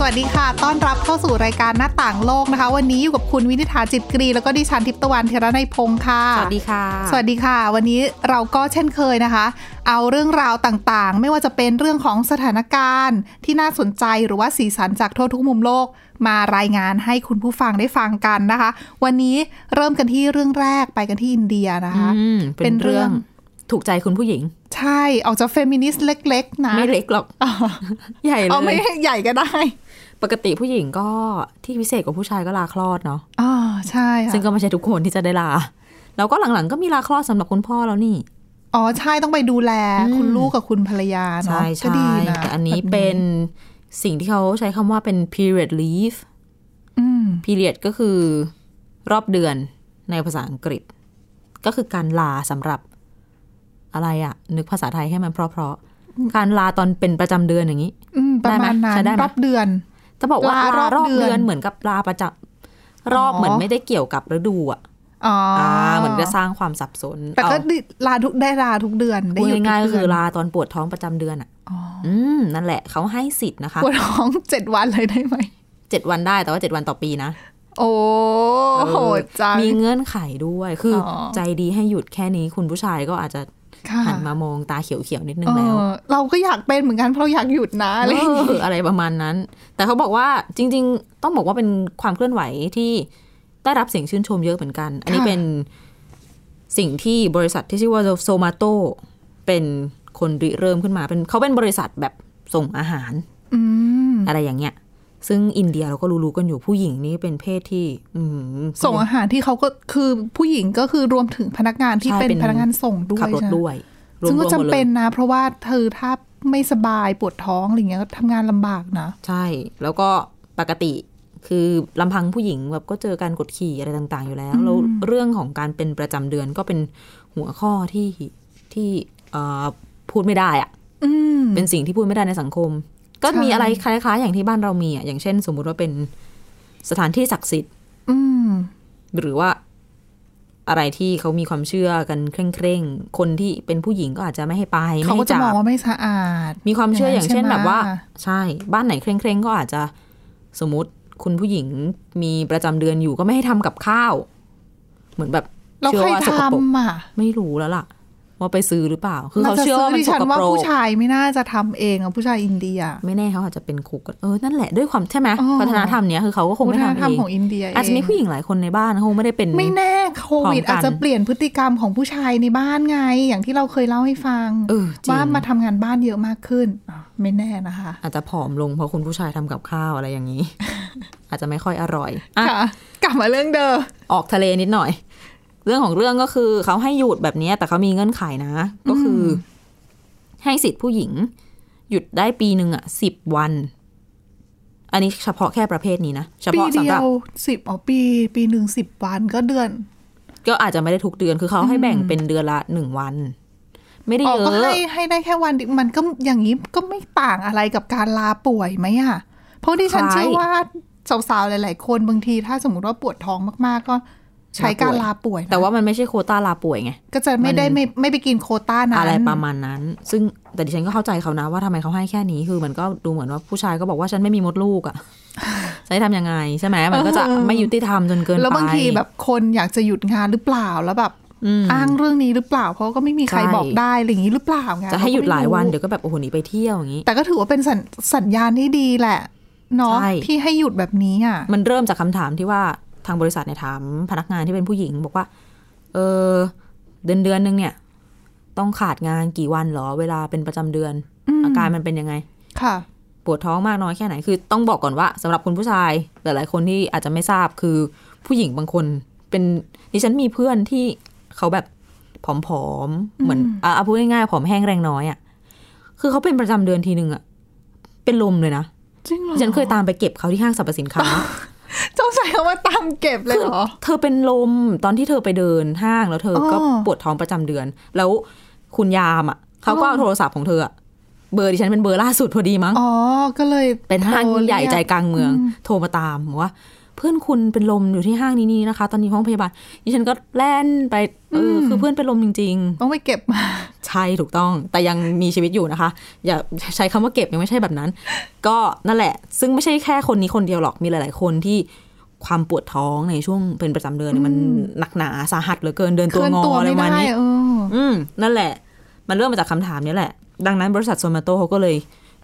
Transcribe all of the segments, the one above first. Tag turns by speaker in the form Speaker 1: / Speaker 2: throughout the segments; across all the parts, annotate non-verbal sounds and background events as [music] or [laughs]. Speaker 1: สวัสดีค่ะ ต้อนรับเข้าสู่รายการหน้าต่างโลกนะคะ วันนี้อยู่กับคุณวินิษฐาจิตกรี แล้วก็ดิฉันทิพย์ตะวันเทระในยพงค์ค่ะ
Speaker 2: สวัสดีค่ะ
Speaker 1: สวัสดีค่ะ วันนี้เราก็เช่นเคยนะคะ เอาเรื่องราวต่างๆ ไม่ว่าจะเป็นเรื่องของสถานการณ์ ที่น่าสนใจหรือว่าสีสันจากทั่วทุกมุมโลก มารายงานให้คุณผู้ฟังได้ฟังกันนะคะ วันนี้เริ่มกันที่เรื่องแรกไปกันที่อินเดียนะคะ
Speaker 2: อืม
Speaker 1: เป็
Speaker 2: เป็นน
Speaker 1: เรื่
Speaker 2: เรื่
Speaker 1: อ
Speaker 2: อง งถูกใจคุณผู้หญิง
Speaker 1: ใช่ออกจากเฟมินิสต์เล็กๆนะ
Speaker 2: ไม่เล็กหรอก
Speaker 1: อ๋อ
Speaker 2: ใหญ่เล
Speaker 1: เอาไม่
Speaker 2: ย
Speaker 1: ใหญ่ก็ได้
Speaker 2: ปกติผู้หญิงก็ที่พิเศษกว่าผู้ชายก็ลาคลอดเนาะ
Speaker 1: อ๋อใช่ค่ะ
Speaker 2: ซึ่งก็ไม่ใช่ทุกคนที่จะได้ลา แล้วก็หลังๆก็มีลาคลอดสำหรับคุณพ่อแล้วนี่
Speaker 1: อ๋อใช่ต้องไปดูแล
Speaker 2: อืม
Speaker 1: คุณลูกกับคุณภรรยาเนาะ
Speaker 2: ใช่
Speaker 1: ก็
Speaker 2: ใช่
Speaker 1: ดีนะ
Speaker 2: แต่อันนี้เป็นสิ่งที่เขาใช้คำว่าเป็น period leave
Speaker 1: อืม
Speaker 2: period ก็คือรอบเดือนในภาษาอังกฤษ ก็คือการลาสำหรับอะไรอะนึกภาษาไทยให้มันเพราะๆการลาตอนเป็นประจำเดือนอย่างนี้
Speaker 1: อืมประมาณนั้น
Speaker 2: ใช้ได้ไหม
Speaker 1: รอบเดือน
Speaker 2: จะบอกว่า
Speaker 1: ลาร
Speaker 2: ลา
Speaker 1: อบ
Speaker 2: รอบ
Speaker 1: เดื
Speaker 2: เดื
Speaker 1: อ
Speaker 2: อน นเหมือนกับลาประจำรอบ
Speaker 1: อ๋อ
Speaker 2: เหมือนไม่ได้เกี่ยวกับฤดูอ่ะ
Speaker 1: อ๋ออ่
Speaker 2: าเหมือนจะสร้างความสับสน
Speaker 1: แต่ก็
Speaker 2: เอา
Speaker 1: ดิลาทุกได้ลาทุกเดือนได้
Speaker 2: พูด
Speaker 1: หยุด
Speaker 2: ง่ายๆ
Speaker 1: ทุ
Speaker 2: ก็
Speaker 1: ก
Speaker 2: คื
Speaker 1: เดื
Speaker 2: อน ลาตอนปวดท้องประจำเดือนอ่ะืมนั่นแหละเขาให้สิทธิ์นะคะ
Speaker 1: ปวดท้อง [laughs] เจ็ดวันเลยได้ไหม
Speaker 2: เจ็ดวันได้แต่ว่าเจ็ดวันต่อปีนะ
Speaker 1: โอ้โหดจัง
Speaker 2: มีเงื่อนไขด้วยคืออ
Speaker 1: อ
Speaker 2: ใจดีให้หยุดแค่นี้คุณผู้ชายก็อาจจะ
Speaker 1: ค่ะ
Speaker 2: หันมามองตาเขียวๆนิดนึ
Speaker 1: เอง
Speaker 2: แล้ว
Speaker 1: อเราก็อยากเป็นเหมือนกันเพราะเราอยากหยุดนะอะไรอย่าง
Speaker 2: เอ
Speaker 1: งี้
Speaker 2: ออะไรประมาณนั้น แต่เขาบอกว่าจริง ๆ ต้องบอกว่าเป็นความเคลื่อนไหวที่ได้รับเสียงชื่นชมเยอะเหมือนกัน อันนี้เป็นสิ่งที่บริษัทที่ชื่อว่าโซมาโตเป็นคนริเริ่มขึ้นมาเป็นเขาเป็นบริษัทแบบส่งอาหาร
Speaker 1: อืม
Speaker 2: อะไรอย่างเงี้ย ซึ่งอินเดียเราก็รู้ๆกันอยู่ผู้หญิงนี่เป็นเพศที่ อืม
Speaker 1: ส่งอาหารที่เขาก็คือผู้หญิงก็คือรวมถึงพนักงานที่
Speaker 2: ใช่
Speaker 1: เป็น
Speaker 2: เป็น
Speaker 1: พนักงานส่งด้วย
Speaker 2: ขับรถ
Speaker 1: ใช่ไหม
Speaker 2: ด้วย
Speaker 1: ซึ่งก็
Speaker 2: รวมๆหมด
Speaker 1: จำ
Speaker 2: ลย
Speaker 1: เป็นนะ เพราะว่าเธอถ้าไม่สบายปวดท้องอะไรเงี้ยก็ทำงานลำบากนะ
Speaker 2: ใช่ แล้วก็ปกติคือลำพังผู้หญิงแบบก็เจอการกดขี่อะไรต่าง ๆ อยู่แล้ว แล้วเรื่องของการเป็นประจำเดือนก็เป็นหัวข้อที่ที่เอ่อพูดไม่ได้อะ
Speaker 1: อืม
Speaker 2: เป็นสิ่งที่พูดไม่ได้ในสังคม ก็
Speaker 1: ใช่
Speaker 2: มีอะไรคล้าย ๆ อย่างที่บ้านเรามีอ่ะอย่างเช่น สมมุติว่าเป็นสถานที่ศักดิ์สิทธิ์
Speaker 1: อืม
Speaker 2: หรือว่าอะไรที่เขามีความเชื่อกันเคร่งๆคนที่เป็นผู้หญิงก็อาจจะไม่ให้ไป
Speaker 1: เขาก็
Speaker 2: ไม่ให้
Speaker 1: จะ
Speaker 2: บ
Speaker 1: มองว่าไม่สะอาด
Speaker 2: มีความเชื่ออย่างเช่น
Speaker 1: ใช่ไหม
Speaker 2: แบบว่า ใช่ บ้านไหนเคร่งเคร่งๆก็อาจจะสมมติคุณผู้หญิงมีประจำเดือนอยู่ก็ไม่ให้ทำกับข้าว เหมือนแบบ
Speaker 1: เรา
Speaker 2: เชื่อ
Speaker 1: ใคร
Speaker 2: ว่าสกปรก
Speaker 1: ทำอ่ะ
Speaker 2: ไม่รู้แล้วล่ะ ว่าไปซื้อหรือเปล่า คือเขา
Speaker 1: จะ
Speaker 2: เชื่อ
Speaker 1: ซื้
Speaker 2: ว่ามัน
Speaker 1: ดิ
Speaker 2: ส
Speaker 1: ฉัน
Speaker 2: ก
Speaker 1: ว่า
Speaker 2: ปรก
Speaker 1: ผู้ชายไม่น่าจะทำเองอะผู้ชายอินเดีย
Speaker 2: ไม่แน่เขาอาจจะเป็นคุกก็เออนั่นแหละด้วยความใช่ไหม
Speaker 1: อ๋อ
Speaker 2: วัฒนธรรมเนี้ยคือเขาก็คง
Speaker 1: วั
Speaker 2: ไม่
Speaker 1: ฒนธ
Speaker 2: ทำเอ
Speaker 1: รรม
Speaker 2: ง
Speaker 1: ของอินเดียเอง
Speaker 2: อาจจะมีผู้หญิงหลายคนในบ้านเขาคงไม่ได้เป็น
Speaker 1: ไม่แน่โควิด
Speaker 2: พร้อมกัน
Speaker 1: อาจจะเปลี่ยนพฤติกรรมของผู้ชายในบ้านไง อย่างที่เราเคยเล่าให้ฟัง
Speaker 2: เออจริง
Speaker 1: ว่ามาทำงานบ้านเยอะมากขึ้นอ่ะไม่แน่นะคะ
Speaker 2: อาจจะผอมลงเพราะคุณผู้ชายทำกับข้าวอะไรอย่างนี้ อาจจะไม่ค่อยอร่อยอ่ะ
Speaker 1: ค่ะ กลับมาเรื่องเดิม
Speaker 2: ออกทะเลนิดหน่อย เรื่องของเรื่องก็คือเขาให้หยุดแบบเนี้ยแต่เขามีเงื่อนไขนะ ก็คือ ให้สิทธิ์ผู้หญิง หยุดได้ปีหนึ่งอะสิบวัน อันนี้เฉพาะแค่ประเภทนี้นะ เฉ
Speaker 1: ปี
Speaker 2: พาะสำ
Speaker 1: เดีย
Speaker 2: หรับ
Speaker 1: วสิบอ๋อปีปีหนึ่งสิบวันก็เดือน
Speaker 2: ก็อาจจะไม่ได้ทุกเดือนคือเขาให้แบ่งเป็นเดือนละหนึ่งวัน ไม่ได้
Speaker 1: อ๋อ
Speaker 2: เย
Speaker 1: ก็ให้
Speaker 2: อะ
Speaker 1: ให้ได้แค่วันเดียวมันก็อย่างนี้ก็ไม่ต่างอะไรกับการลาป่วยไหมอ่ะ เพราะดิฉัน
Speaker 2: คล้า
Speaker 1: เชื่
Speaker 2: ย
Speaker 1: อว่าสาวๆหลาย ๆ คนบางที ถ้าสมมติว่าปวดท้องมากๆ ก็ใช้
Speaker 2: ลาป่วย
Speaker 1: การลาป่วยนะ
Speaker 2: แต่ว่ามันไม่ใช่โควต้าลาป่วยไง
Speaker 1: ก็จะไม่
Speaker 2: มัน
Speaker 1: ได้ไม่ไม่ไปกินโควต้านั้น
Speaker 2: อะไรประมาณนั้น ซึ่งแต่ดิฉันก็เข้าใจเขานะว่าทำไมเขาให้แค่นี้คือมันก็ดูเหมือนว่าผู้ชายก็บอกว่าฉันไม่มีมดลู
Speaker 1: [laughs]
Speaker 2: กอะ จะให้ทำยังไงใช่ไหมมันก็จะไม่ยุติธรรมจนเกินไป
Speaker 1: แล้วบางทีแบบคนอยากจะหยุดงานหรือเปล่าแล้วแบบอ้างเรื่องนี้หรือเปล่า เพราะก็ไม่มีใคร
Speaker 2: ใช่
Speaker 1: บอกได้อะไรอย่างนี้หรือเปล่าไง
Speaker 2: จะให้หยุดหลายวัน เดี๋
Speaker 1: เดี๋
Speaker 2: ยวก็แบบโอ้โหหนีไปเที่ยวอย่างนี้
Speaker 1: แต่ก็ถือว่าเป็นสัญสัญญาณที่ดีแหละเนาะ
Speaker 2: ใช่
Speaker 1: ที่ให้หยุดแบบนี้อ่ะ
Speaker 2: มันเริ่มจากคำถามที่ว่าทางบริษัทเนี่ยถามพนักงานที่เป็นผู้หญิง บอกว่า เออเดือนเดือนหนึงเนี่ย ต้องขาดงานกี่วันเหรอ เวลาเป็นประจำเดือน
Speaker 1: อืม
Speaker 2: อาการมันเป็นยังไง
Speaker 1: ค่ะ
Speaker 2: ปวดท้องมากน้อยแค่ไหน คือต้องบอกก่อนว่าสำหรับคุณผู้ชายหลายๆคนที่อาจจะไม่ทราบคือผู้หญิงบางคนเป็นดิฉันมีเพื่อนที่เขาแบบผอมๆเหมือนอ่ะเอาพูดง่ายๆผอมแห้งแรงน้อยอะ่ะคือเขาเป็นประจำเดือนทีนึงอะ่ะเป็นลมเลยนะ
Speaker 1: จริงเหรอ
Speaker 2: ฉันเคยตามไปเก็บเขาที่ห้างสรรพสินค้า
Speaker 1: เจ้าชายเขาว่าตามเก็บเลยเหรอ
Speaker 2: เธอเป็นลมตอนที่เธอไปเดินห้างแล้วเธอก็
Speaker 1: อ๋อ
Speaker 2: ปวดท้องประจำเดือน แล้วคุณยามอ่ะเขาก็
Speaker 1: อ๋อ
Speaker 2: เอาโทรศัพท์ของเธออะ เบอร์ดิฉันเป็นเบอร์ล่าสุดพอดีมั้ง
Speaker 1: อ๋อ ก็เลย
Speaker 2: เป็นห้าง
Speaker 1: โทร
Speaker 2: ใหญ่
Speaker 1: เรียก
Speaker 2: ใจกลางเมือง
Speaker 1: อืม
Speaker 2: โทรมาตามบอกว่า เพื่อนคุณเป็นลมอยู่ที่ห้างนี้นี่นะคะ ตอนนี้ห้องพยาบาลดิฉันก็แล่นไปเอออคือเพื่อนเป็นลมจริง
Speaker 1: ต้องไปเก็บมา
Speaker 2: ๆ ใช่ถูกต้อง แต่ยังมีชีวิตอยู่นะคะ อย่าใช้คำว่าเก็บยังไม่ใช่แบบนั้น [laughs] ก็นั่นแหละ ซึ่งไม่ใช่แค่คนนี้คนเดียวหรอกมีหลาย ๆ คนที่ความปวดท้องในช่วงเป็นประจำเดือนเนี่ยมันหนักหนาสาหัสเหลือเกินเดิน
Speaker 1: เค
Speaker 2: ตัว
Speaker 1: ลื่อน
Speaker 2: งอ
Speaker 1: ตัว
Speaker 2: อะไร
Speaker 1: ไม่
Speaker 2: ประมาณ
Speaker 1: ได้
Speaker 2: นี้
Speaker 1: เออ
Speaker 2: อืม นั่นแหละ มันเริ่มมาจากคำถามนี้แหละ ดังนั้นบริษัทโซมาโตเขาก็เลย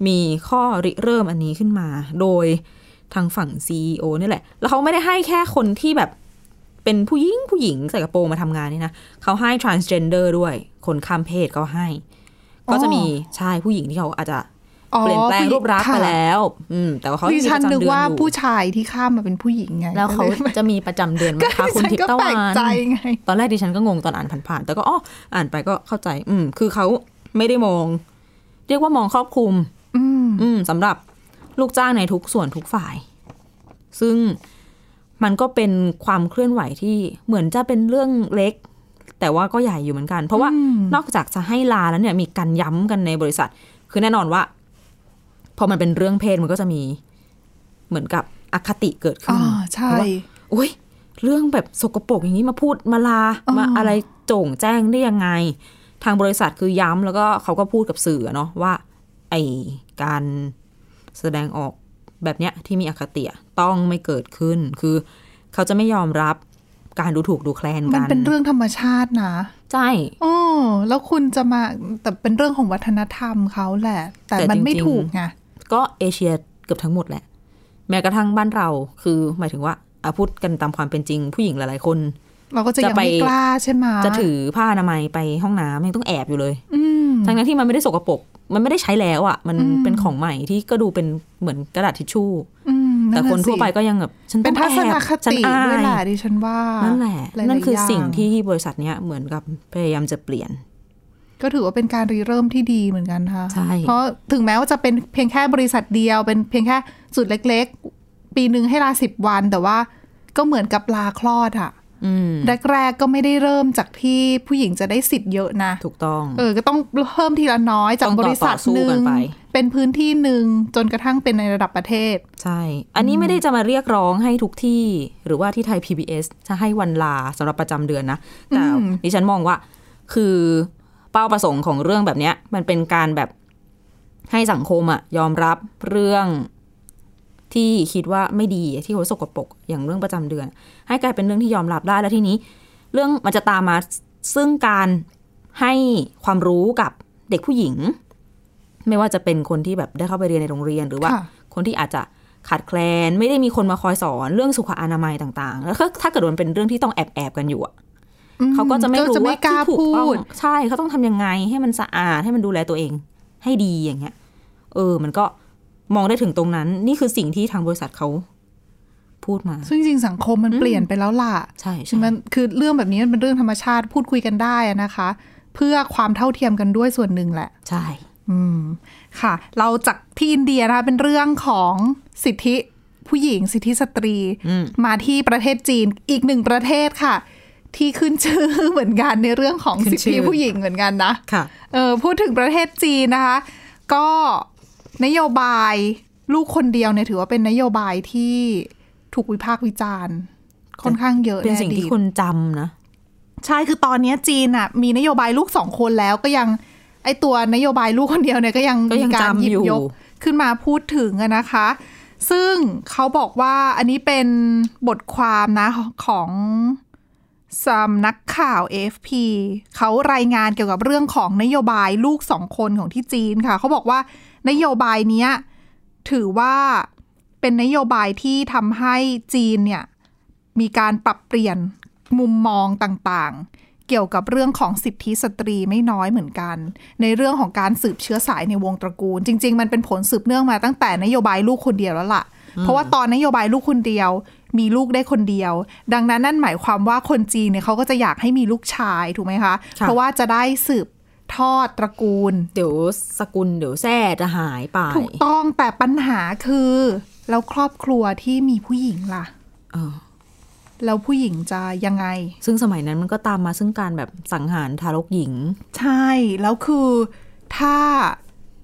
Speaker 2: มีข้อริเริ่มอันนี้ขึ้นมา โดยทางฝั่ง CEO นี่แหละ แล้วเขาไม่ได้ให้แค่คนที่แบบเป็นผู้หญิงผู้หญิงใส่กระโปรงมาทำงานนี่นะ เขาให้ transgender ด้วย คนข้ามเพศก็ให้
Speaker 1: อ๋อ
Speaker 2: ก็จะมีชายผู้หญิงที่เขาอาจจะ
Speaker 1: อ๋อ
Speaker 2: เปลี่ยนแปลงรูปรักษณ์ไป
Speaker 1: ค่ะ
Speaker 2: แล้ว อืม แต่ว่าเขา
Speaker 1: ดิ
Speaker 2: มี
Speaker 1: ฉั
Speaker 2: ป
Speaker 1: น
Speaker 2: ระจำ
Speaker 1: นึก
Speaker 2: เดือน
Speaker 1: ว่า
Speaker 2: อยู่
Speaker 1: ผู้ชายที่ข้ามมาเป็นผู้หญิงไง
Speaker 2: แล้วเขา
Speaker 1: ก็ย
Speaker 2: จะมีประจำเดือนไหมคะ
Speaker 1: ดิ
Speaker 2: คุณ
Speaker 1: ฉัน
Speaker 2: ทิพ
Speaker 1: ก็
Speaker 2: ย์ตะ
Speaker 1: แปล
Speaker 2: วั
Speaker 1: ก
Speaker 2: น
Speaker 1: ใจไง
Speaker 2: ตอนแรกดิฉันก็งงตอนอ่านผ่านๆ แต่ก็อ๋ออ่านไปก็เข้าใจ อืม คือเขาไม่ได้มอง เรียกว่ามองครอบคลุม
Speaker 1: อืม
Speaker 2: อืมสำหรับลูกจ้างในทุกส่วนทุกฝ่าย ซึ่งมันก็เป็นความเคลื่อนไหวที่เหมือนจะเป็นเรื่องเล็ก แต่ว่าก็ใหญ่อยู่เหมือนกัน เพราะว่า
Speaker 1: อืม
Speaker 2: นอกจากจะให้ลาแล้วเนี่ยมีการย้ำกันในบริษัท คือแน่นอนว่า พอมันเป็นเรื่องเพศมันก็จะมีเหมือนกับอคติเกิดขึ้น
Speaker 1: อ่าใช่
Speaker 2: อุ้ยเรื่องแบบสกปรกอย่างนี้มาพูดมาลา
Speaker 1: อ๋อ
Speaker 2: มาอะไรโจ่งแจ้งได้ยังไง ทางบริษัทคือย้ำแล้วก็เขาก็พูดกับสื่อเนาะว่า ไอการแสดงออกแบบเนี้ยที่มีอคติอะต้องไม่เกิดขึ้น คือเขาจะไม่ยอมรับการดูถูกดูแคลน
Speaker 1: มั
Speaker 2: กันน
Speaker 1: เป็นเรื่องธรรมชาตินะ
Speaker 2: ใช่
Speaker 1: อ๋อแล้วคุณจะมาแต่เป็นเรื่องของวัฒนธรรมเขาแหละ แต่
Speaker 2: แต่
Speaker 1: มันไม่
Speaker 2: จริงๆ
Speaker 1: ถูกไง
Speaker 2: ก็เอเชียเกือบทั้งหมดแหละ แม้กระทั่งบ้านเราคือหมายถึงว่าอะพูดกันตามความเป็นจริง ผู้หญิงหลายๆคน
Speaker 1: เราก็จะ
Speaker 2: จะ
Speaker 1: ยังไม่
Speaker 2: ไป
Speaker 1: กล้าใช่ไหม
Speaker 2: จะถือผ้าอนามัยไปห้องน้ำยังต้องแอบอยู่เลย
Speaker 1: อืม
Speaker 2: ทั้งนั้นที่มันไม่ได้สกปรก มันไม่ได้ใช้แล้วอะ่ะ มัน
Speaker 1: อืม
Speaker 2: เป็นของใหม่ที่ก็ดูเป็นเหมือนกระดาษทิชชู่
Speaker 1: อืม
Speaker 2: แต่คนทั่วไป
Speaker 1: ะสิ
Speaker 2: ก็ยังแบบฉันต้
Speaker 1: เป็
Speaker 2: อน ง
Speaker 1: ทัศ
Speaker 2: แอนบ
Speaker 1: ค
Speaker 2: ฉัน
Speaker 1: ติ
Speaker 2: อา
Speaker 1: ด้วยแหละ
Speaker 2: ย
Speaker 1: ดิฉันว่า
Speaker 2: นั่
Speaker 1: นั่
Speaker 2: นแหละ
Speaker 1: หลายๆ
Speaker 2: นั่นคืออย่าง สิ่งที่บริษัทเนี้ยเหมือนกับพยายามจะเปลี่ยน
Speaker 1: ก็ถือว่าเป็นการรีเริ่มที่ดีเหมือนกันค่ะ
Speaker 2: ใช่
Speaker 1: เพราะถึงแม้ว่าจะเป็นเพียงแค่บริษัทเดียว เป็นเพียงแค่จุดเล็กๆ ปีหนึ่งให้ลาสิบวัน แต่ว่าก็เหมือนกับลาคลอดอะ
Speaker 2: อืม
Speaker 1: แรกๆก็ไม่ได้เริ่มจากที่ผู้หญิงจะได้สิทธิ์เยอะนะ
Speaker 2: ถูกต้อง
Speaker 1: เออ ก็ต้องเพิ่มทีละน้อยจาก
Speaker 2: ต้อง
Speaker 1: บ
Speaker 2: ต่อ
Speaker 1: ริษัท
Speaker 2: ต่อสู้
Speaker 1: หนึ่
Speaker 2: กั
Speaker 1: ง
Speaker 2: นไป
Speaker 1: เป็นพื้นที่หนึ่งจนกระทั่งเป็นในระดับประเทศ
Speaker 2: ใช่ อันนี้ไม่ได้จะมาเรียกร้องให้ทุกที่ หรือว่าที่ไทย PBS จะให้วันลาสำหรับประจำเดือนนะ แต่
Speaker 1: อืม
Speaker 2: ดิฉันมองว่า คือเป้าประสงค์ของเรื่องแบบเนี้ย มันเป็นการแบบให้สังคมอะยอมรับเรื่องที่คิดว่าไม่ดีที่เขาสกปรกอย่างเรื่องประจำเดือน ให้กลายเป็นเรื่องที่ยอมรับได้แล้วทีนี้ เรื่องมันจะตามมาซึ่งการให้ความรู้กับเด็กผู้หญิง ไม่ว่าจะเป็นคนที่แบบได้เข้าไปเรียนในโรงเรียนหรือว่า
Speaker 1: ค่ะ
Speaker 2: คนที่อาจจะขาดแคลน ไม่ได้มีคนมาคอยสอนเรื่องสุขอนามัยต่างๆ แล้วก็ถ้าเกิดมันเป็นเรื่องที่ต้องแอบแอบๆกันอยู่อะ
Speaker 1: อื
Speaker 2: เขาก็จะไม่รู้ว่า
Speaker 1: ล้า
Speaker 2: ที่ถูก
Speaker 1: พู
Speaker 2: ต้อง
Speaker 1: ด
Speaker 2: ใช่เขาต้องทำยังไงให้มันสะอาดให้มันดูแลตัวเอง ให้ดีอย่างเงี้ย เออ มันก็มองได้ถึงตรงนั้น นี่คือสิ่งที่ทางบริษัทเขาพูดมา
Speaker 1: ซึ่งจริงๆสังคมมันเปลี่ยนไปแล้วล่ะ
Speaker 2: ใช่
Speaker 1: คือ
Speaker 2: ใช่
Speaker 1: มันคือเรื่องแบบนี้มันเป็นเรื่องธรรมชาติพูดคุยกันได้อะนะคะ เพื่อความเท่าเทียมกันด้วยส่วนหนึ่งแหละ
Speaker 2: ใช่
Speaker 1: อืมค่ะ เราจากที่อินเดียนะคะเป็นเรื่องของสิทธิผู้หญิงสิทธิสตรี
Speaker 2: อืม
Speaker 1: มาที่ประเทศจีนอีกหนึ่งประเทศค่ะ ที่ขึ้นชื่อเหมือนกันในเรื่องของสิทธิผู้หญิงเหมือนกันนะ
Speaker 2: ค่ะ
Speaker 1: เออพูดถึงประเทศจีนนะคะ ก็นโยบายลูกคนเดียวเนี่ยถือว่าเป็นนโยบายที่ถูกวิพากษ์วิจารณ์ค่อนข้างเยอะ
Speaker 2: เป็น
Speaker 1: ใอดีต
Speaker 2: สิ่งที่คนจำนะ
Speaker 1: ใช่ คือตอนเนี้ยจีนอ่ะมีนโยบายลูกสองคนแล้วก็ยังไอตัวนโยบายลูกคนเดียวเนี่ยก็ยัง
Speaker 2: ก็ยัง
Speaker 1: มีการ
Speaker 2: จำ
Speaker 1: หยิ
Speaker 2: อยู่
Speaker 1: บยกขึ้นมาพูดถึงอะนะคะ ซึ่งเขาบอกว่าอันนี้เป็นบทความนะของสำนักข่าว AFP เขารายงานเกี่ยวกับเรื่องของนโยบายลูกสองคนของที่จีนค่ะ เขาบอกว่านโยบายเนี้ยถือว่าเป็นนโยบายที่ทำให้จีนเนี่ย มีการปรับเปลี่ยนมุมมองต่างๆ เกี่ยวกับเรื่องของสิทธิสตรีไม่น้อยเหมือนกัน ในเรื่องของการสืบเชื้อสายในวงตระกูล จริง ๆ มันเป็นผลสืบเนื่องมาตั้งแต่นโยบายลูกคนเดียวแล้วล่ะ เพราะว่าตอนนโยบายลูกคนเดียว มีลูกได้คนเดียว ดังนั้นนั่นหมายความว่าคนจีนเนี่ยเขาก็จะอยากให้มีลูกชายถูกไหมคะ
Speaker 2: ค่ะ
Speaker 1: เพราะว่าจะได้สืบทอดตระกูล
Speaker 2: เดี๋ยวสกุลเดี๋ยวแทร่จะหายไป
Speaker 1: ถูกต้องแต่ปัญหาคือ แล้วครอบครัวที่มีผู้หญิงล่ะ
Speaker 2: เออ
Speaker 1: แล้วผู้หญิงจะยังไง
Speaker 2: ซึ่งสมัยนั้นมันก็ตามมาซึ่งการแบบสังหารทารกหญิง
Speaker 1: ใช่ แล้วคือถ้า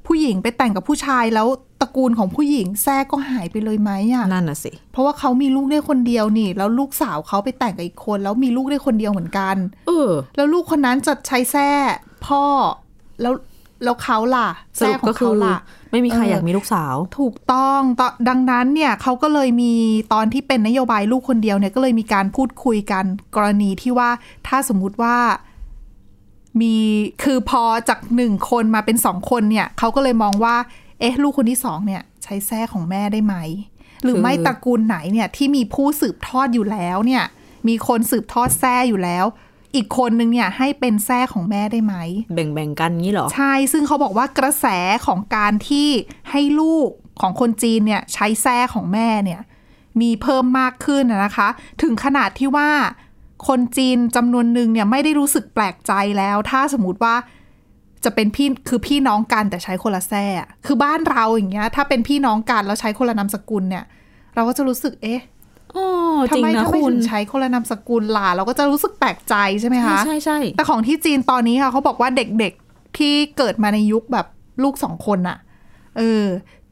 Speaker 1: ผู้หญิงไปแต่งกับผู้ชายแล้วตระกูลของผู้หญิงแทรกก็หายไปเลยไหมอ่ะ
Speaker 2: นั่นน่ะสิ
Speaker 1: เพราะว่าเขามีลูกได้คนเดียวนี่ แล้วลูกสาวเขาไปแต่งกับอีกคน แล้วมีลูกได้คนเดียวเหมือนกัน
Speaker 2: เออ
Speaker 1: แล้วลูกคนนั้นจะใช้แทร่พ่อ แล้วแล้วเขาล่ะ
Speaker 2: ส
Speaker 1: แทร่
Speaker 2: รุ
Speaker 1: ขอ
Speaker 2: ปก็
Speaker 1: ง
Speaker 2: คื
Speaker 1: เขา
Speaker 2: อ
Speaker 1: ล่ะ
Speaker 2: ไม่มีใคร
Speaker 1: เอออ
Speaker 2: อยากมีลูกสาว
Speaker 1: ถูกต้องตอนดังนั้นเนี่ยเขาก็เลยมีตอนที่เป็นนโยบายลูกคนเดียวเนี่ยก็เลยมีการพูดคุยกันกรณีที่ว่าถ้าสมมุติว่ามีคือพอจากหนึ่งคนมาเป็นสองคนเนี่ยเขาก็เลยมองว่า เอ๊ะ ลูกคนที่สองเนี่ย ใช้แทร่ของแม่ได้ไหม หรือ
Speaker 2: คือ
Speaker 1: ไม่ตระกูลไหนเนี่ยที่มีผู้สืบทอดอยู่แล้วเนี่ย มีคนสืบทอดแทร่อยู่แล้ว อีกคนนึงเนี่ยให้เป็นแทร่ของแม่ได้ไหม
Speaker 2: แบ่งๆกันงี้เหรอ
Speaker 1: ใช่ ซึ่งเขาบอกว่ากระแสของการที่ให้ลูกของคนจีนเนี่ยใช้แทร่ของแม่เนี่ยมีเพิ่มมากขึ้นนะนะคะ ถึงขนาดที่ว่าคนจีนจำนวนหนึ่งเนี่ยไม่ได้รู้สึกแปลกใจแล้ว ถ้าสมมติว่าจะเป็นพี่คือพี่น้องกันแต่ใช้คนละแทร่อะคือบ้านเราอย่างเงี้ยถ้าเป็นพี่น้องกันแล้วใช้คนละนามสกุลเนี่ย เราก็จะรู้สึกเอ๊ะ
Speaker 2: อ๋อจ
Speaker 1: ทำ
Speaker 2: ริง
Speaker 1: ไม
Speaker 2: นะ
Speaker 1: ทำไม
Speaker 2: คุณ
Speaker 1: ถึงใช้คนละนามสกุลล่ะเราก็จะรู้สึกแปลกใจใช่ไหม
Speaker 2: ใช่
Speaker 1: คะ
Speaker 2: ใช่ใช่
Speaker 1: แต่ของที่จีนตอนนี้ค่ะเขาบอกว่าเด็กๆที่เกิดมาในยุคแบบลูกสองคนน่ะ เออ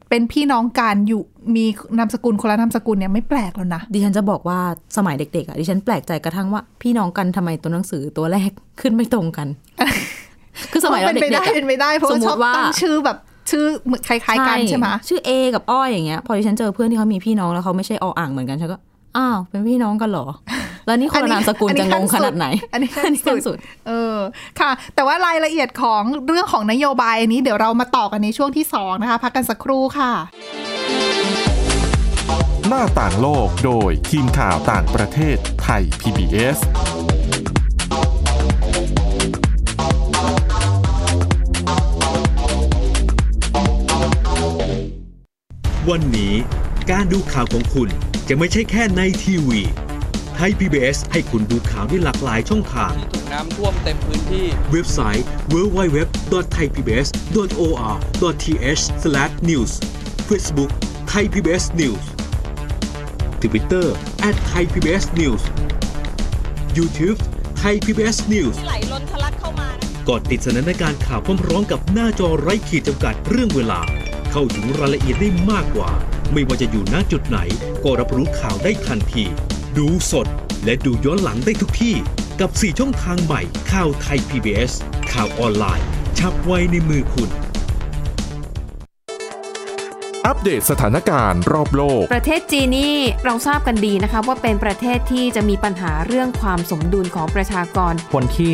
Speaker 1: เป็นพี่น้องกันอยู่มีนามสกุลคนละนามสกุลเนี่ยไม่แปลกแล้วนะ
Speaker 2: ดิฉันจะบอกว่าสมัยเด็กๆอ่ะดิฉันแปลกใจกระทั่งว่า พี่น้องกันทำไมตัวหนังสือตัวแรก [laughs] ขึ้นไม่ตรง
Speaker 1: [laughs]
Speaker 2: กัน คือสมัยเรา
Speaker 1: เป็น
Speaker 2: เด็
Speaker 1: ไป
Speaker 2: กๆ
Speaker 1: ได้
Speaker 2: อะ
Speaker 1: เป็นไปได้เพราะว่า
Speaker 2: สมมุ
Speaker 1: ชอ
Speaker 2: ติ
Speaker 1: บ
Speaker 2: ว่า
Speaker 1: ตั้งชื่อแบบชื่อเหมือนคล้ายๆกันใช่ไหม
Speaker 2: ชื่อ A กับอ้อยอย่างเงี้ย พอดิฉันเจอเพื่อนที่เขามีพี่น้องแล้วเขาไม่ใช่ออ่างเหมือนกันฉันก็อ้าวเป็นพี่น้องกันเหรอ แล้วนี่คนละนามสกุล
Speaker 1: อั
Speaker 2: จะงงขนาดไหน
Speaker 1: อันนี้ขั้
Speaker 2: อั
Speaker 1: น
Speaker 2: นนี้ขั้น
Speaker 1: สุ
Speaker 2: สุ
Speaker 1: ด
Speaker 2: ด
Speaker 1: เออค่ะ แต่ว่ารายละเอียดของเรื่องของนโยบายอันนี้เดี๋ยวเรามาต่อกันในช่วงที่สองนะคะพักกันสักครู่ค่ะ
Speaker 3: หน้าต่างโลกโดยทีมข่าวต่างประเทศไทย PBS
Speaker 4: วันนี้การดูข่าวของคุณจะไม่ใช่แค่ในทีวีไทย PBS ให้คุณดูข่าวได้หลากหลายช่องทาง
Speaker 5: ที่ถูกน้ำท่วมเต็มพื้นที่
Speaker 4: เว็บไซต์ www.thaipbs.or.th/news Facebook Thai PBS News Twitter @thaipbsnews YouTube Thai PBS News
Speaker 6: ไหลล้นทะลักเข้ามา
Speaker 4: กดติดสนันการข่าวพร้อมร้องกับหน้าจอไร้ขีดจำกัดเรื่องเวลา เข้าถึงรายละเอียดได้มากกว่า ไม่ว่าจะอยู่ณจุดไหน ก็รับรู้ข่าวได้ทันที ดูสดและดูย้อนหลังได้ทุกที่ กับ 4 ช่องทางใหม่ ข่าวไทย PBS ข่าวออนไลน์ ชับไว้ในมือคุณ
Speaker 3: อัปเดตสถานการณ์รอบโลก
Speaker 7: ประเทศจีนนี่เราทราบกันดีนะคะว่าเป็นประเทศที่จะมีปัญหาเรื่องความสมดุลของประชากร
Speaker 8: คนที่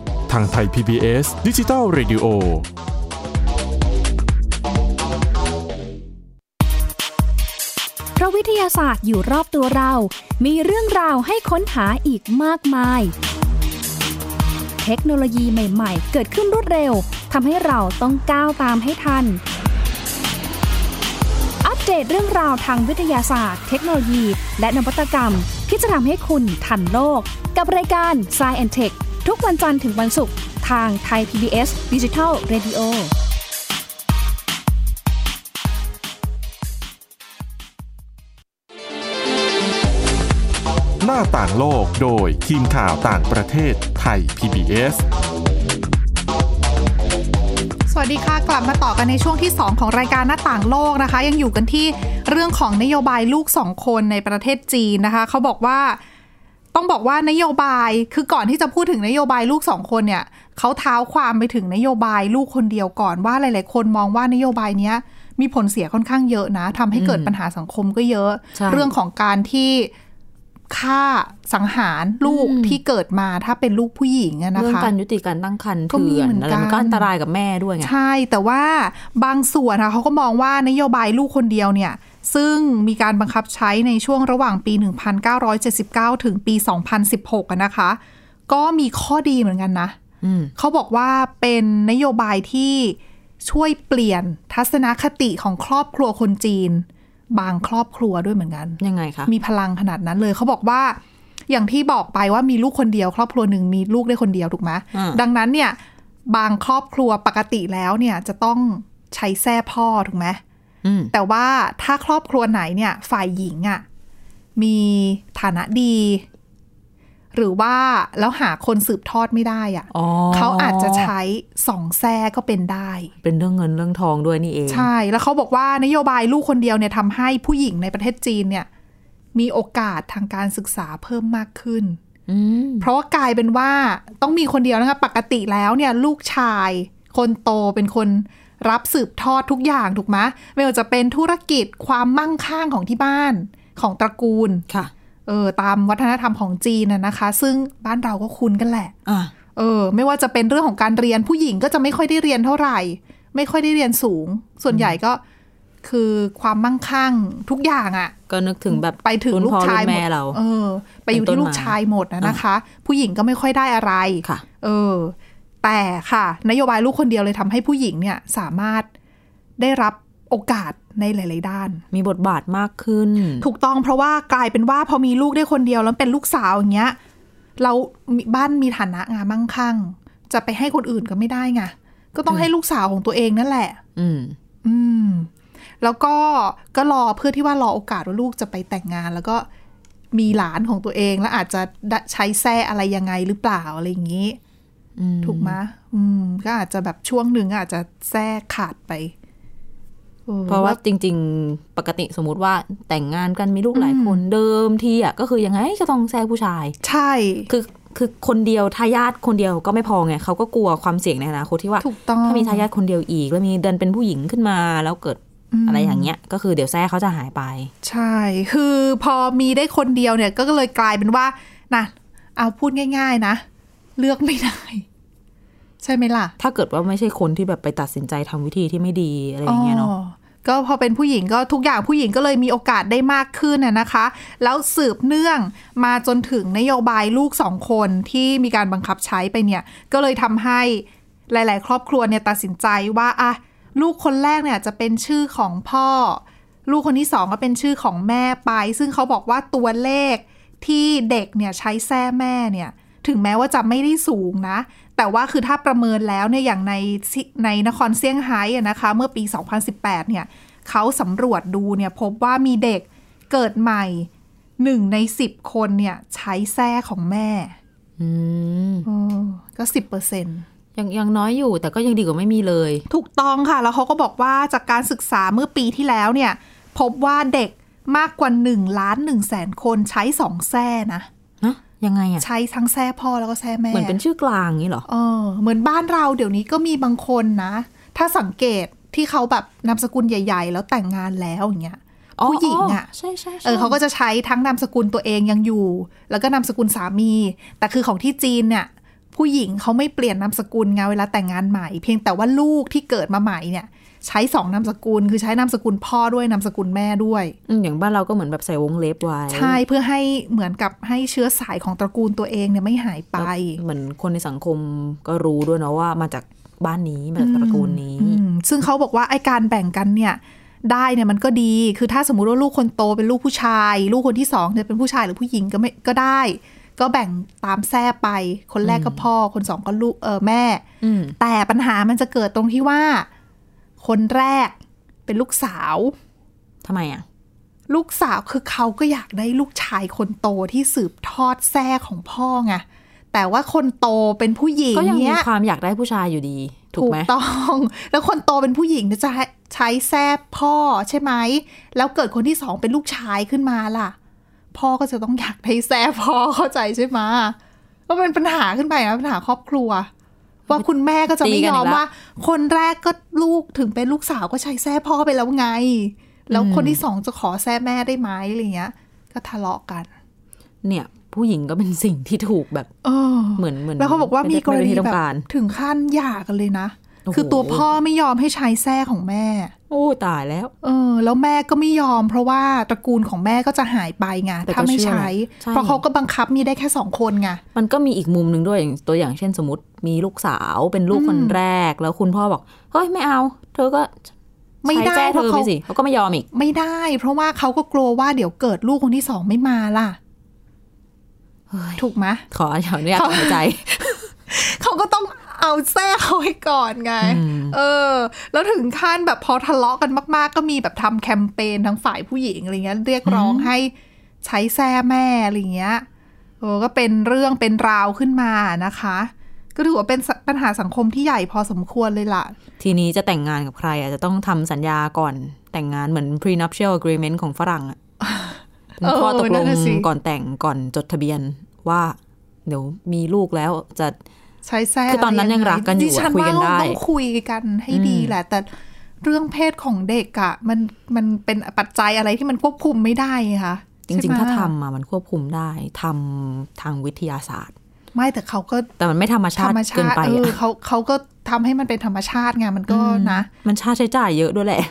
Speaker 3: ทางไทย PBS ดิจิทัล Radio
Speaker 9: เพราะวิทยาศาสตร์อยู่รอบตัวเรา มีเรื่องราวให้ค้นหาอีกมากมาย เทคโนโลยีใหม่ๆ เกิดขึ้นรวดเร็ว ทำให้เราต้องก้าวตามให้ทัน อัปเดตเรื่องราวทางวิทยาศาสตร์ เทคโนโลยี และนวัตกรรม ที่จะทำให้คุณทันโลก กับรายการ s c i e n d Tech ทุกวันจันทร์ถึงวันศุกร์ทางไทย PBS Digital Radio
Speaker 3: หน้าต่างโลกโดยทีมข่าวต่างประเทศไทย PBS
Speaker 1: สวัสดีค่ะกลับมาต่อกันในช่วงที่ 2 ของรายการหน้าต่างโลกนะคะ ยังอยู่กันที่เรื่องของนโยบายลูก 2 คนในประเทศจีนนะคะ เขาบอกว่าต้องบอกว่านโยบายคือก่อนที่จะพูดถึงนโยบายลูก 2 คนเนี่ยเขาเท้าความไปถึงนโยบายลูกคนเดียวก่อนว่าหลาย ๆ คนมองว่านโยบายเนี้ยมีผลเสียค่อนข้างเยอะนะทำให้เกิดปัญหาสังคมก็เยอะ
Speaker 2: ใช่
Speaker 1: เรื่องของการที่ฆ่าสังหารลูกที่เกิดมาถ้าเป็นลูกผู้หญิงอะนะคะ
Speaker 2: เรื่องการยุติการตั้งครรภ์
Speaker 1: ก็มี
Speaker 2: เถื่อน
Speaker 1: เหมือน
Speaker 2: อะไรมัน
Speaker 1: กั
Speaker 2: ก็
Speaker 1: น
Speaker 2: อันตรายกับแม่ด้วยไง
Speaker 1: ใช่แต่ว่าบางส่วนนะเขาก็มองว่านโยบายลูกคนเดียวเนี่ย ซึ่งมีการบังคับใช้ในช่วงระหว่างปี 1979 ถึงปี 2016อะนะคะ ก็มีข้อดีเหมือนกันนะ
Speaker 2: อืม
Speaker 1: เขาบอกว่าเป็นนโยบายที่ ช่วยเปลี่ยนทัศนคติของครอบครัวคนจีน บางครอบครัวด้วยเหมือนกัน
Speaker 2: ยังไงคะ
Speaker 1: มีพลังขนาดนั้นเลยเขาบอกว่า อย่างที่บอกไปว่ามีลูกคนเดียว ครอบครัวหนึ่งมีลูกได้คนเดียวถูกไหม
Speaker 2: อ่า
Speaker 1: ดังนั้นเนี่ย บางครอบครัวปกติแล้วเนี่ยจะต้องใช้แทร่พ่อถูกไหม
Speaker 2: อืม
Speaker 1: แต่ว่าถ้าครอบครัวไหนเนี่ยฝ่ายหญิงอะ่ะมีฐานะดี หรือว่าแล้วหาคนสืบทอดไม่ได้อะ
Speaker 2: อ๋อ
Speaker 1: เขาอาจจะใช้สองแซ่ก็เป็นได้
Speaker 2: เป็นเรื่องเงินเรื่องทองด้วยนี่เอง
Speaker 1: ใช่แล้วเขาบอกว่านโยบายลูกคนเดียวเนี่ยทำให้ผู้หญิงในประเทศจีนเนี่ยมีโอกาสทางการศึกษาเพิ่มมากขึ้น
Speaker 2: อืม
Speaker 1: เพราะว่ากลายเป็นว่าต้องมีคนเดียวนะคะปกติแล้วเนี่ยลูกชายคนโตเป็นคนรับสืบทอดทุกอย่างถูกไหมไม่ว่าจะเป็นธุรกิจความมั่งคั่งของที่บ้านของตระกูล
Speaker 2: ค่ะ
Speaker 1: เออตามวัฒนธรรมของจีนนะนะคะ ซึ่งบ้านเราก็คุ้นกันแหละ
Speaker 2: อ่ะ
Speaker 1: เออไม่ว่าจะเป็นเรื่องของการเรียนผู้หญิงก็จะไม่ค่อยได้เรียนเท่าไหร่ ไม่ค่อยได้เรียนสูง ส่วนใหญ่ก็คือความมั่งคั่งทุกอย่างอะ
Speaker 2: ก็นึกถึงแบบ
Speaker 1: ไปถึง
Speaker 2: รุ่น
Speaker 1: ลูก
Speaker 2: พ่อ
Speaker 1: ชาย
Speaker 2: รุ่น
Speaker 1: หม
Speaker 2: แม่
Speaker 1: ด
Speaker 2: เรา
Speaker 1: เออ ไปอยู่
Speaker 2: เป็นต้น
Speaker 1: ที่ลูก
Speaker 2: มา
Speaker 1: ชายหมดนะนะคะ ผู้หญิงก็ไม่ค่อยได้อะไร
Speaker 2: ค่ะ
Speaker 1: เออ แต่ค่ะ นโยบายลูกคนเดียวเลยทำให้ผู้หญิงเนี่ยสามารถได้รับโอกาสในหลาย ๆ ด้าน
Speaker 2: มีบทบาทมากขึ้น
Speaker 1: ถูกต้องเพราะว่ากลายเป็นว่าพอมีลูกได้คนเดียวแล้วเป็นลูกสาวอย่างเงี้ยเรามีบ้านมีฐานะงานมั่งคั่ง จะไปให้คนอื่นก็ไม่ได้ไงก็ต้องให้ลูกสาวของตัวเองนั่นแหละ
Speaker 2: อืม
Speaker 1: อืม แล้วก็ก็รอเพื่อที่ว่ารอโอกาสว่าลูกจะไปแต่งงาน แล้วก็มีหลานของตัวเองแล้วอาจจะได้ใช้แซ่อะไรยังไงหรือเปล่าอะไรอย่างนี้
Speaker 2: อืม
Speaker 1: ถูกไหมอืม ก็อาจจะแบบช่วงหนึ่งอาจจะแซ่ขาดไปออ
Speaker 2: เพราะว่าจริง ๆ ปกติสมมุติว่าแต่งงานกันมีลูกหลาย
Speaker 1: อืม
Speaker 2: คนเดิมทีอ่ะก็คือยังไงก็ต้องแทรกผู้ชาย
Speaker 1: ใช่
Speaker 2: คือคือคนเดียวทายาทคนเดียวก็ไม่พอไงเขาก็กลัวความเสี่ยงในอนาคตที่ว่า
Speaker 1: ถูกต้อง
Speaker 2: ถ้ามีทายาทคนเดียวอีก แล้วมีเดินเป็นผู้หญิงขึ้นมาแล้วเกิด
Speaker 1: ม
Speaker 2: อะไรอย่างเงี้ย ก็คือเดี๋ยวแท้เขาจะหายไป
Speaker 1: ใช่ คือพอมีได้คนเดียวเนี่ยก็เลยกลายเป็นว่านะเอาพูดง่าย ๆ นะ เลือกไม่ได้ [laughs] ใช่ไหมล่ะ
Speaker 2: ถ้าเกิดว่าไม่ใช่คนที่แบบไปตัดสินใจทำวิธีที่ไม่ดีอะไรอย่างเงี้ยเนาะ
Speaker 1: อ๋อก็พอเป็นผู้หญิงก็ทุกอย่างผู้หญิงก็เลยมีโอกาสได้มากขึ้นน่ะนะคะ แล้วสืบเนื่องมาจนถึงนโยบายลูกสองคนที่มีการบังคับใช้ไปเนี่ย ก็เลยทำให้หลาย ๆ ครอบครัวเนี่ยตัดสินใจว่าอะลูกคนแรกเนี่ยจะเป็นชื่อของพ่อ ลูกคนที่สองก็เป็นชื่อของแม่ไป ซึ่งเขาบอกว่าตัวเลขที่เด็กเนี่ยใช้แท้แม่เนี่ย ถึงแม้ว่าจะไม่ได้สูงนะ แต่ว่าคือถ้าประเมินแล้วเนี่ยอย่างในซิในนครเซี่ยงไฮ้อะนะคะ เมื่อปี 2018 เนี่ยเขาสำรวจดูเนี่ยพบว่ามีเด็กเกิดใหม่หนึ่งใน 10 คนเนี่ยใช้แท้ของแม่
Speaker 2: อืม
Speaker 1: เออก็ 10%
Speaker 2: ยังยังน้อยอยู่แต่ก็ยังดีกว่าไม่มีเลย
Speaker 1: ถูกต้องค่ะ แล้วเขาก็บอกว่าจากการศึกษาเมื่อปีที่แล้วเนี่ย พบว่าเด็กมากกว่า1ล้าน1แสนคนใช้สองแส้นะ
Speaker 2: นะยังไงอ่ะ
Speaker 1: ใช้ทั้งแส้พ่อแล้วก็แส้แม่
Speaker 2: เหมือนเป็นชื่อกลางอย่างงี้เหรอ
Speaker 1: เออเหมือนบ้านเราเดี๋ยวนี้ก็มีบางคนนะ ถ้าสังเกตที่เขาแบบนามสกุลใหญ่ ๆ แล้วแต่งงานแล้วอย่างเงี้ยผู้หญิงอ่ะ
Speaker 2: ใช่ใช่
Speaker 1: เออเขาก็จะใช้ทั้งนามสกุลตัวเองยังอยู่ แล้วก็นามสกุลสามี แต่คือของที่จีนเนี่ย ผู้หญิงเขาไม่เปลี่ยนนามสกุลไงเวลาแต่งงานใหม่ เพียงแต่ว่าลูกที่เกิดมาใหม่เนี่ย ใช้สองนามสกุลคือใช้นามสกุลพ่อด้วยนามสกุลแม่ด้วย
Speaker 2: อย่างบ้านเราก็เหมือนแบบใส่วงเล็บไว้
Speaker 1: ใช่เพื่อให้เหมือนกับให้เชื้อสายของตระกูลตัวเองเนี่ยไม่หายไป
Speaker 2: เหมือนคนในสังคมก็รู้ด้วยเนาะว่ามาจากบ้านนี้มาจากตระกูลนี้
Speaker 1: อืมซึ่งเขาบอกว่าไอการแบ่งกันเนี่ยได้เนี่ยมันก็ดี คือถ้าสมมุติว่าลูกคนโตเป็นลูกผู้ชาย ลูกคนที่สองเนี่ยเป็นผู้ชายหรือผู้หญิงก็ไม่ก็ได้ ก็แบ่งตามแทร่ไป คนแรกก็พ่อ คนสองก็ลูกเออแม่
Speaker 2: อืม
Speaker 1: แต่ปัญหามันจะเกิดตรงที่ว่า คนแรกเป็นลูกสาว
Speaker 2: ทำไมอ่ะ
Speaker 1: ลูกสาวคือเขาก็อยากได้ลูกชายคนโตที่สืบทอดแทร่ของพ่อไง แต่ว่าคนโตเป็นผู้หญิง
Speaker 2: ก็ยังมี
Speaker 1: เนี่ย
Speaker 2: ความอยากได้ผู้ชายอยู่ดี ถูกไหม
Speaker 1: ต้อง [laughs] แล้วคนโตเป็นผู้หญิงเนี่ยจะให้ใช้แซ่บพ่อใช่ไหม แล้วเกิดคนที่สองเป็นลูกชายขึ้นมาล่ะ พ่อก็จะต้องอยากได้แซ่บพ่อเข้าใจใช่ไหมก็เป็นปัญหาขึ้นไปนะปัญหาครอบครัว ว่าคุณแม่ก็จะไม่ยอมว่า คนแรกก็ลูกถึงเป็นลูกสาวก็ใช้แซ่บพ่อไปแล้วไง แล้วคนที่สองจะขอแซ่บแม่ได้ไหมอะไรเงี้ย ก็ทะเลาะกัน
Speaker 2: เนี่ย ผู้หญิงก็เป็นสิ่งที่ถูกแบบ
Speaker 1: เออ
Speaker 2: เหมือนเหมือน
Speaker 1: แล้วเขาบอกว่ามีกร
Speaker 2: ไได้เป็น
Speaker 1: ณี
Speaker 2: ที่ต้อ
Speaker 1: แบ
Speaker 2: ง
Speaker 1: บ
Speaker 2: การ
Speaker 1: ถึงขั้นหย่ากันเลยนะ
Speaker 2: โอ้โห
Speaker 1: คือตัวพ่อไม่ยอมให้ใช้แทร่ของแม่
Speaker 2: โอ้ตายแล้ว
Speaker 1: เออแล้วแม่ก็ไม่ยอม เพราะว่าตระกูลของแม่ก็จะหายไปไง
Speaker 2: แต่ก็
Speaker 1: ถ้าไม่ใช้
Speaker 2: เชื่อแหละใช่
Speaker 1: เพราะเขาก็บังคับมีได้แค่สองคนไง
Speaker 2: มันก็มีอีกมุมหนึ่งด้วยอย่างตัวอย่างเช่นสมมติมีลูกสาวเป็นลูก
Speaker 1: อืม
Speaker 2: คนแรก แล้วคุณพ่อบอกเฮ้ยไม่เอา เธอก็
Speaker 1: ไม่ได้
Speaker 2: ใช้แจ้
Speaker 1: เพ
Speaker 2: เธอ
Speaker 1: ราะ
Speaker 2: ไป
Speaker 1: เขา
Speaker 2: สิเขาก็ไม่ยอมอีก
Speaker 1: ไม่ได้ เพราะว่าเขาก็กลัวว่าเดี๋ยวเกิดลูกคนที่สองไม่มาล่ะ
Speaker 2: เฮ้ย
Speaker 1: ถูกไหม
Speaker 2: ขอขออนุญาต
Speaker 1: เขา
Speaker 2: ถอนหายใจ [laughs]
Speaker 1: เขาก็ต้องเอาแท้เขาไว้ก่อนไง
Speaker 2: อืม
Speaker 1: เออ แล้วถึงขั้นแบบพอทะเลาะกันมาก ๆ ก็มีแบบทำแคมเปญทั้งฝ่ายผู้หญิงอะไรเงี้ยเรียกร้องให้ใช้แท้แม่อะไรเงี้ยเออก็เป็นเรื่องเป็นราวขึ้นมานะคะ ก็ถือว่าเป็นสปัญหาสังคมที่ใหญ่พอสมควรเลยล่ะ
Speaker 2: ทีนี้จะแต่งงานกับใครอ่ะจะต้องทำสัญญาก่อนแต่งงานเหมือน prenuptial agreement ของฝรั่งอ่ะเป็น
Speaker 1: เออ
Speaker 2: ข้อตก
Speaker 1: นั่น
Speaker 2: ลง
Speaker 1: น่ะสิ
Speaker 2: ก่อนแต่งก่อนจดทะเบียนว่าเดี๋ยวมีลูกแล้วจะ
Speaker 1: ใช้แท้
Speaker 2: คือตอนนั้นยังรักกันอยู่
Speaker 1: ดิ
Speaker 2: อะ
Speaker 1: ฉัน
Speaker 2: คุย
Speaker 1: ว่า
Speaker 2: กันได้
Speaker 1: เราต้องคุยกันให้ดีแหละ แต่เรื่องเพศของเด็กอะมันมันเป็นปัจจัยอะไรที่มันควบคุมไม่ได้ไงค่ะ
Speaker 2: จริง ๆ
Speaker 1: ใช่ไหม
Speaker 2: ถ้าทำอ่ะมันควบคุมได้ทำทางวิทยาศาสตร์
Speaker 1: ไม่แต่เขาก็
Speaker 2: แต่มันไม่ธรรมชา
Speaker 1: ธร
Speaker 2: ติ
Speaker 1: รม
Speaker 2: เกิ
Speaker 1: ชาน ติ
Speaker 2: ไป
Speaker 1: เออ
Speaker 2: อ่ะ
Speaker 1: เขาเขาก็ทำให้มันเป็นธรรมชาติไงมันก็นะ
Speaker 2: มันค่าใช้จ่ายเยอะด้วยแหละ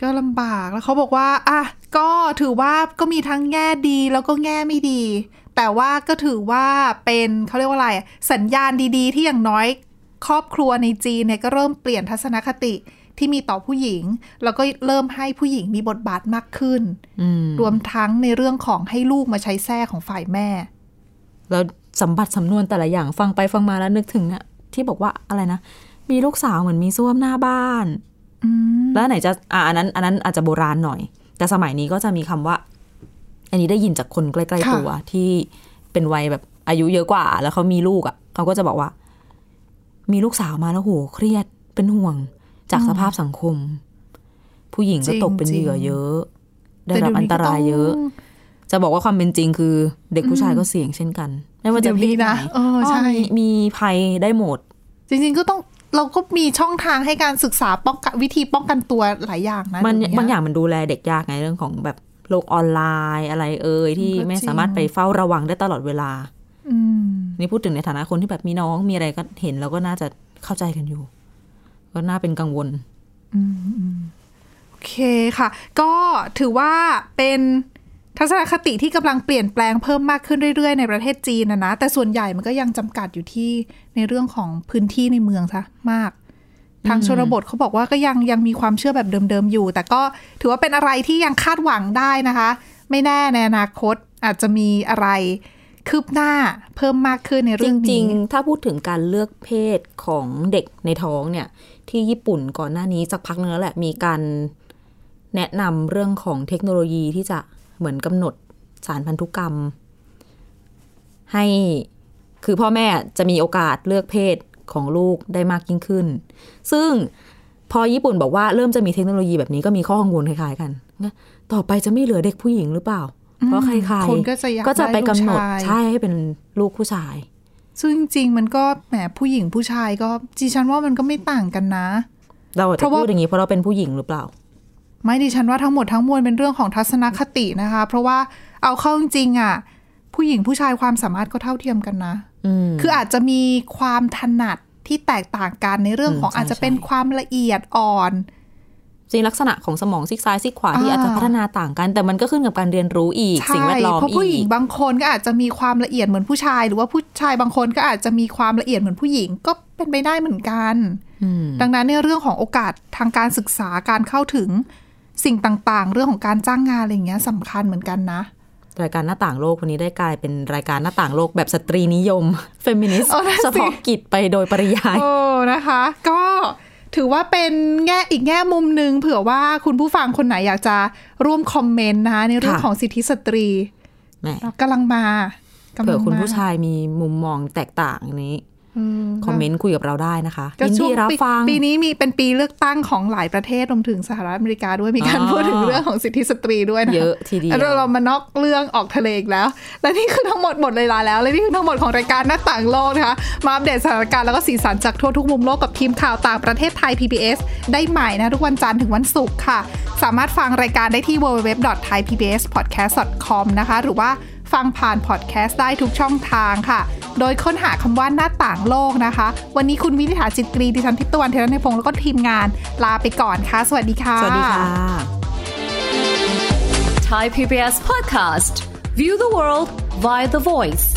Speaker 1: ก็ลำบากแล้วเขาบอกว่าอ่ะก็ถือว่าก็มีทั้งแง่ดีแล้วก็แง่ไม่ดี แต่ว่าก็ถือว่าเป็นเขาเรียกว่าอะไรอะสัญญาณดีๆ ที่อย่างน้อยครอบครัวในจีนเนี่ยก็เริ่มเปลี่ยนทัศนคติที่มีต่อผู้หญิง แล้วก็เริ่มให้ผู้หญิงมีบทบาทมากขึ้น
Speaker 2: อืม
Speaker 1: รวมทั้งในเรื่องของให้ลูกมาใช้แท้ของฝ่ายแม่
Speaker 2: แล้วสมบัติสำนวนแต่ละอย่างฟังไปฟังมาแล้วนึกถึงนะที่บอกว่าอะไรนะ มีลูกสาวเหมือนมีส้วมหน้าบ้าน
Speaker 1: อืม
Speaker 2: แล้วไหนจะอ่าอันนั้น อันนั้นอาจจะโบราณหน่อย แต่สมัยนี้ก็จะมีคำว่า อันนี้ได้ยินจากคนใกล้ๆ
Speaker 1: ค่ะ
Speaker 2: ตัวที่เป็นวัยแบบอายุเยอะกว่า แล้วเขามีลูกอะ่ะเขาก็จะบอกว่า มีลูกสาวมาแล้วโหเครียดเป็นห่วงจากสภาพสังคม ผู้หญิงก็ตกเป็นเหยื่อเยอะ ได้รับอันตรายเยอะ จะบอกว่าความเป็นจริงคือ เด็กผู้ชายก็เสี่ยงเช่นกัน ไม่ว่าจะเพศไหน
Speaker 1: เดี๋ยวนี้นะเออใช่
Speaker 2: มีมีภัยได้หมด
Speaker 1: จริงๆก็ต้องเราก็มีช่องทางให้การศึกษาป้องกันวิธีป้องกันตัวหลายอย่างนะ
Speaker 2: มัน
Speaker 1: เดี๋ว
Speaker 2: บางอย่างมันดูแลเด็กยากไงเรื่องของแบบโลกออนไลน์อะไรเอ่ยที่
Speaker 1: ก็จริง
Speaker 2: ไม่สามารถไปเฝ้าระวังได้ตลอดเวลา
Speaker 1: อืม
Speaker 2: นี่พูดถึงในฐานะคนที่แบบมีน้องมีอะไรก็เห็นแล้วก็น่าจะเข้าใจกันอยู่ ก็น่าเป็นกังวล
Speaker 1: โอเคค่ะ ก็ถือว่าเป็นทัศนคติที่กำลังเปลี่ยนแปลงเพิ่มมากขึ้นเรื่อยๆ ในประเทศจีนนะนะแต่ส่วนใหญ่มันก็ยังจำกัดอยู่ที่ในเรื่องของพื้นที่ในเมืองซะมาก ทางชนบทเขาบอกว่าก็ยังยังมีความเชื่อแบบเดิมๆอยู่ แต่ก็ถือว่าเป็นอะไรที่ยังคาดหวังได้นะคะ ไม่แน่ในอนาคตอาจจะมีอะไรคืบหน้าเพิ่มมากขึ้นใน
Speaker 2: จ
Speaker 1: เรื่อง
Speaker 2: ริ
Speaker 1: นี้
Speaker 2: ง ๆ ถ้าพูดถึงการเลือกเพศของเด็กในท้องเนี่ย ที่ญี่ปุ่นก่อนหน้านี้สักพักนึงแล้วแหละมีการแนะนำเรื่องของเทคโนโลยีที่จะเหมือนกำหนดสารพันธุกรรม ให้คือพ่อแม่จะมีโอกาสเลือกเพศของลูกได้มากยิ่งขึ้น ซึ่งพอญี่ปุ่นบอกว่าเริ่มจะมีเทคโนโลยีแบบนี้ก็มีข้อกังวลคล้ายๆกันนะต่อไปจะไม่เหลือเด็กผู้หญิงหรือเปล่า เพราะใครๆ
Speaker 1: คนก็จะอยาก
Speaker 2: ไปกำหนด
Speaker 1: ได้ลูกชาย
Speaker 2: ใช่ให้เป็นลูกผู้ชาย
Speaker 1: ซึ่งจริงๆมันก็แหมผู้หญิงผู้ชายก็ดิฉันว่ามันก็ไม่ต่างกันนะ
Speaker 2: เราอาจ
Speaker 1: เพ
Speaker 2: จะ
Speaker 1: ราะว่า
Speaker 2: พูดอย่างนี้เพราะเราเป็นผู้หญิงหรือเปล่า
Speaker 1: ไม่ดิฉันว่าทั้งหมดทั้งมวลเป็นเรื่องของทัศนคตินะคะ เพราะว่าเอาเข้าจริงๆอ่ะผู้หญิงผู้ชายความสามารถก็เท่าเทียมกันนะ
Speaker 2: อืม
Speaker 1: คืออาจจะมีความถนัดที่แตกต่างกันในเรื่อง
Speaker 2: อืม
Speaker 1: ของ
Speaker 2: ใช่
Speaker 1: อาจจะเป็น
Speaker 2: ใช่
Speaker 1: ความละเอียดอ่อน
Speaker 2: จริงลักษณะของสมองซีกซ้ายซีกขวาที่
Speaker 1: อ่า
Speaker 2: อาจจะพัฒนาต่างกัน แต่มันก็ขึ้นกับการเรียนรู้อีก
Speaker 1: ใช่
Speaker 2: สิ่งแวดล้อม
Speaker 1: เพราะผู้หญิ
Speaker 2: อี
Speaker 1: ง
Speaker 2: ก
Speaker 1: บางคนก็อาจจะมีความละเอียดเหมือนผู้ชาย หรือว่าผู้ชายบางคนก็อาจจะมีความละเอียดเหมือนผู้หญิงก็เป็นไปได้เหมือนกัน
Speaker 2: อืม
Speaker 1: ดังนั้นเนี่ยเรื่องของโอกาสทางการศึกษาการเข้าถึงสิ่งต่างๆ เรื่องของการจ้างงานอะไรอย่างเงี้ยสำคัญเหมือนกันนะ
Speaker 2: รายการหน้าต่างโลกวันนี้ได้กลายเป็นรายการหน้าต่างโลกแบบสตรีนิยม [laughs] เฟมินิสต์
Speaker 1: เอาน่ะสิ
Speaker 2: เฉพาะกิจไปโดยปริยาย
Speaker 1: โอ้นะคะ ก็ถือว่าเป็นแง่อีกแง่มุมหนึ่งเผื่อว่าคุณผู้ฟังคนไหนอยากจะร่วมคอมเมนต์นะคะในเรื่อง
Speaker 2: ค่ะ
Speaker 1: ของสิทธิสตรี
Speaker 2: แหม
Speaker 1: เรากำลังมากำ
Speaker 2: เผื่
Speaker 1: ลั
Speaker 2: อง คุณ
Speaker 1: มา
Speaker 2: ผู้ชายมีมุมมองแตกต่างอย่างนี้
Speaker 1: อืม
Speaker 2: คอมเมนต์คุยกับเราได้นะคะ
Speaker 1: ก็
Speaker 2: ยิน
Speaker 1: ช่ว
Speaker 2: ดี
Speaker 1: ง
Speaker 2: รับ
Speaker 1: ปี
Speaker 2: ฟัง
Speaker 1: ปีนี้มีเป็นปีเลือกตั้งของหลายประเทศรวมถึงสหรัฐอเมริกาด้วยมีการ
Speaker 2: อ๋อ
Speaker 1: พูดถึงเรื่องของสิทธิสตรีด้วยนะคะ
Speaker 2: เยอะทีเดียว
Speaker 1: เราเรามานอกเรื่องออกทะเลอีกแล้ว และนี่คือทั้งหมดหมดเวลาแล้ว และนี่คือทั้งหมดของรายการหน้าต่างโลกนะคะ มาอัปเดตสถานการณ์แล้วก็สีสันจากทั่วทุกมุมโลกกับทีมข่าวต่างประเทศไทย PBS ได้ใหม่นะทุกวันจันทร์ถึงวันศุกร์ค่ะ สามารถฟังรายการได้ที่ www.thaipbspodcast.com นะคะ หรือว่าฟังผ่านพอดแคสต์ได้ทุกช่องทางค่ะ โดยค้นหาคำว่าหน้าต่างโลกนะคะ วันนี้คุณวินิษฐาจิตกรีดิฉันทิพย์ตะวันเทระในพงศ์แล้วก็ทีมงานลาไปก่อนค่ะ สวัสดีค่ะ
Speaker 2: สวัสดีค่ะ
Speaker 9: Thai PBS podcast. View the world via the voice.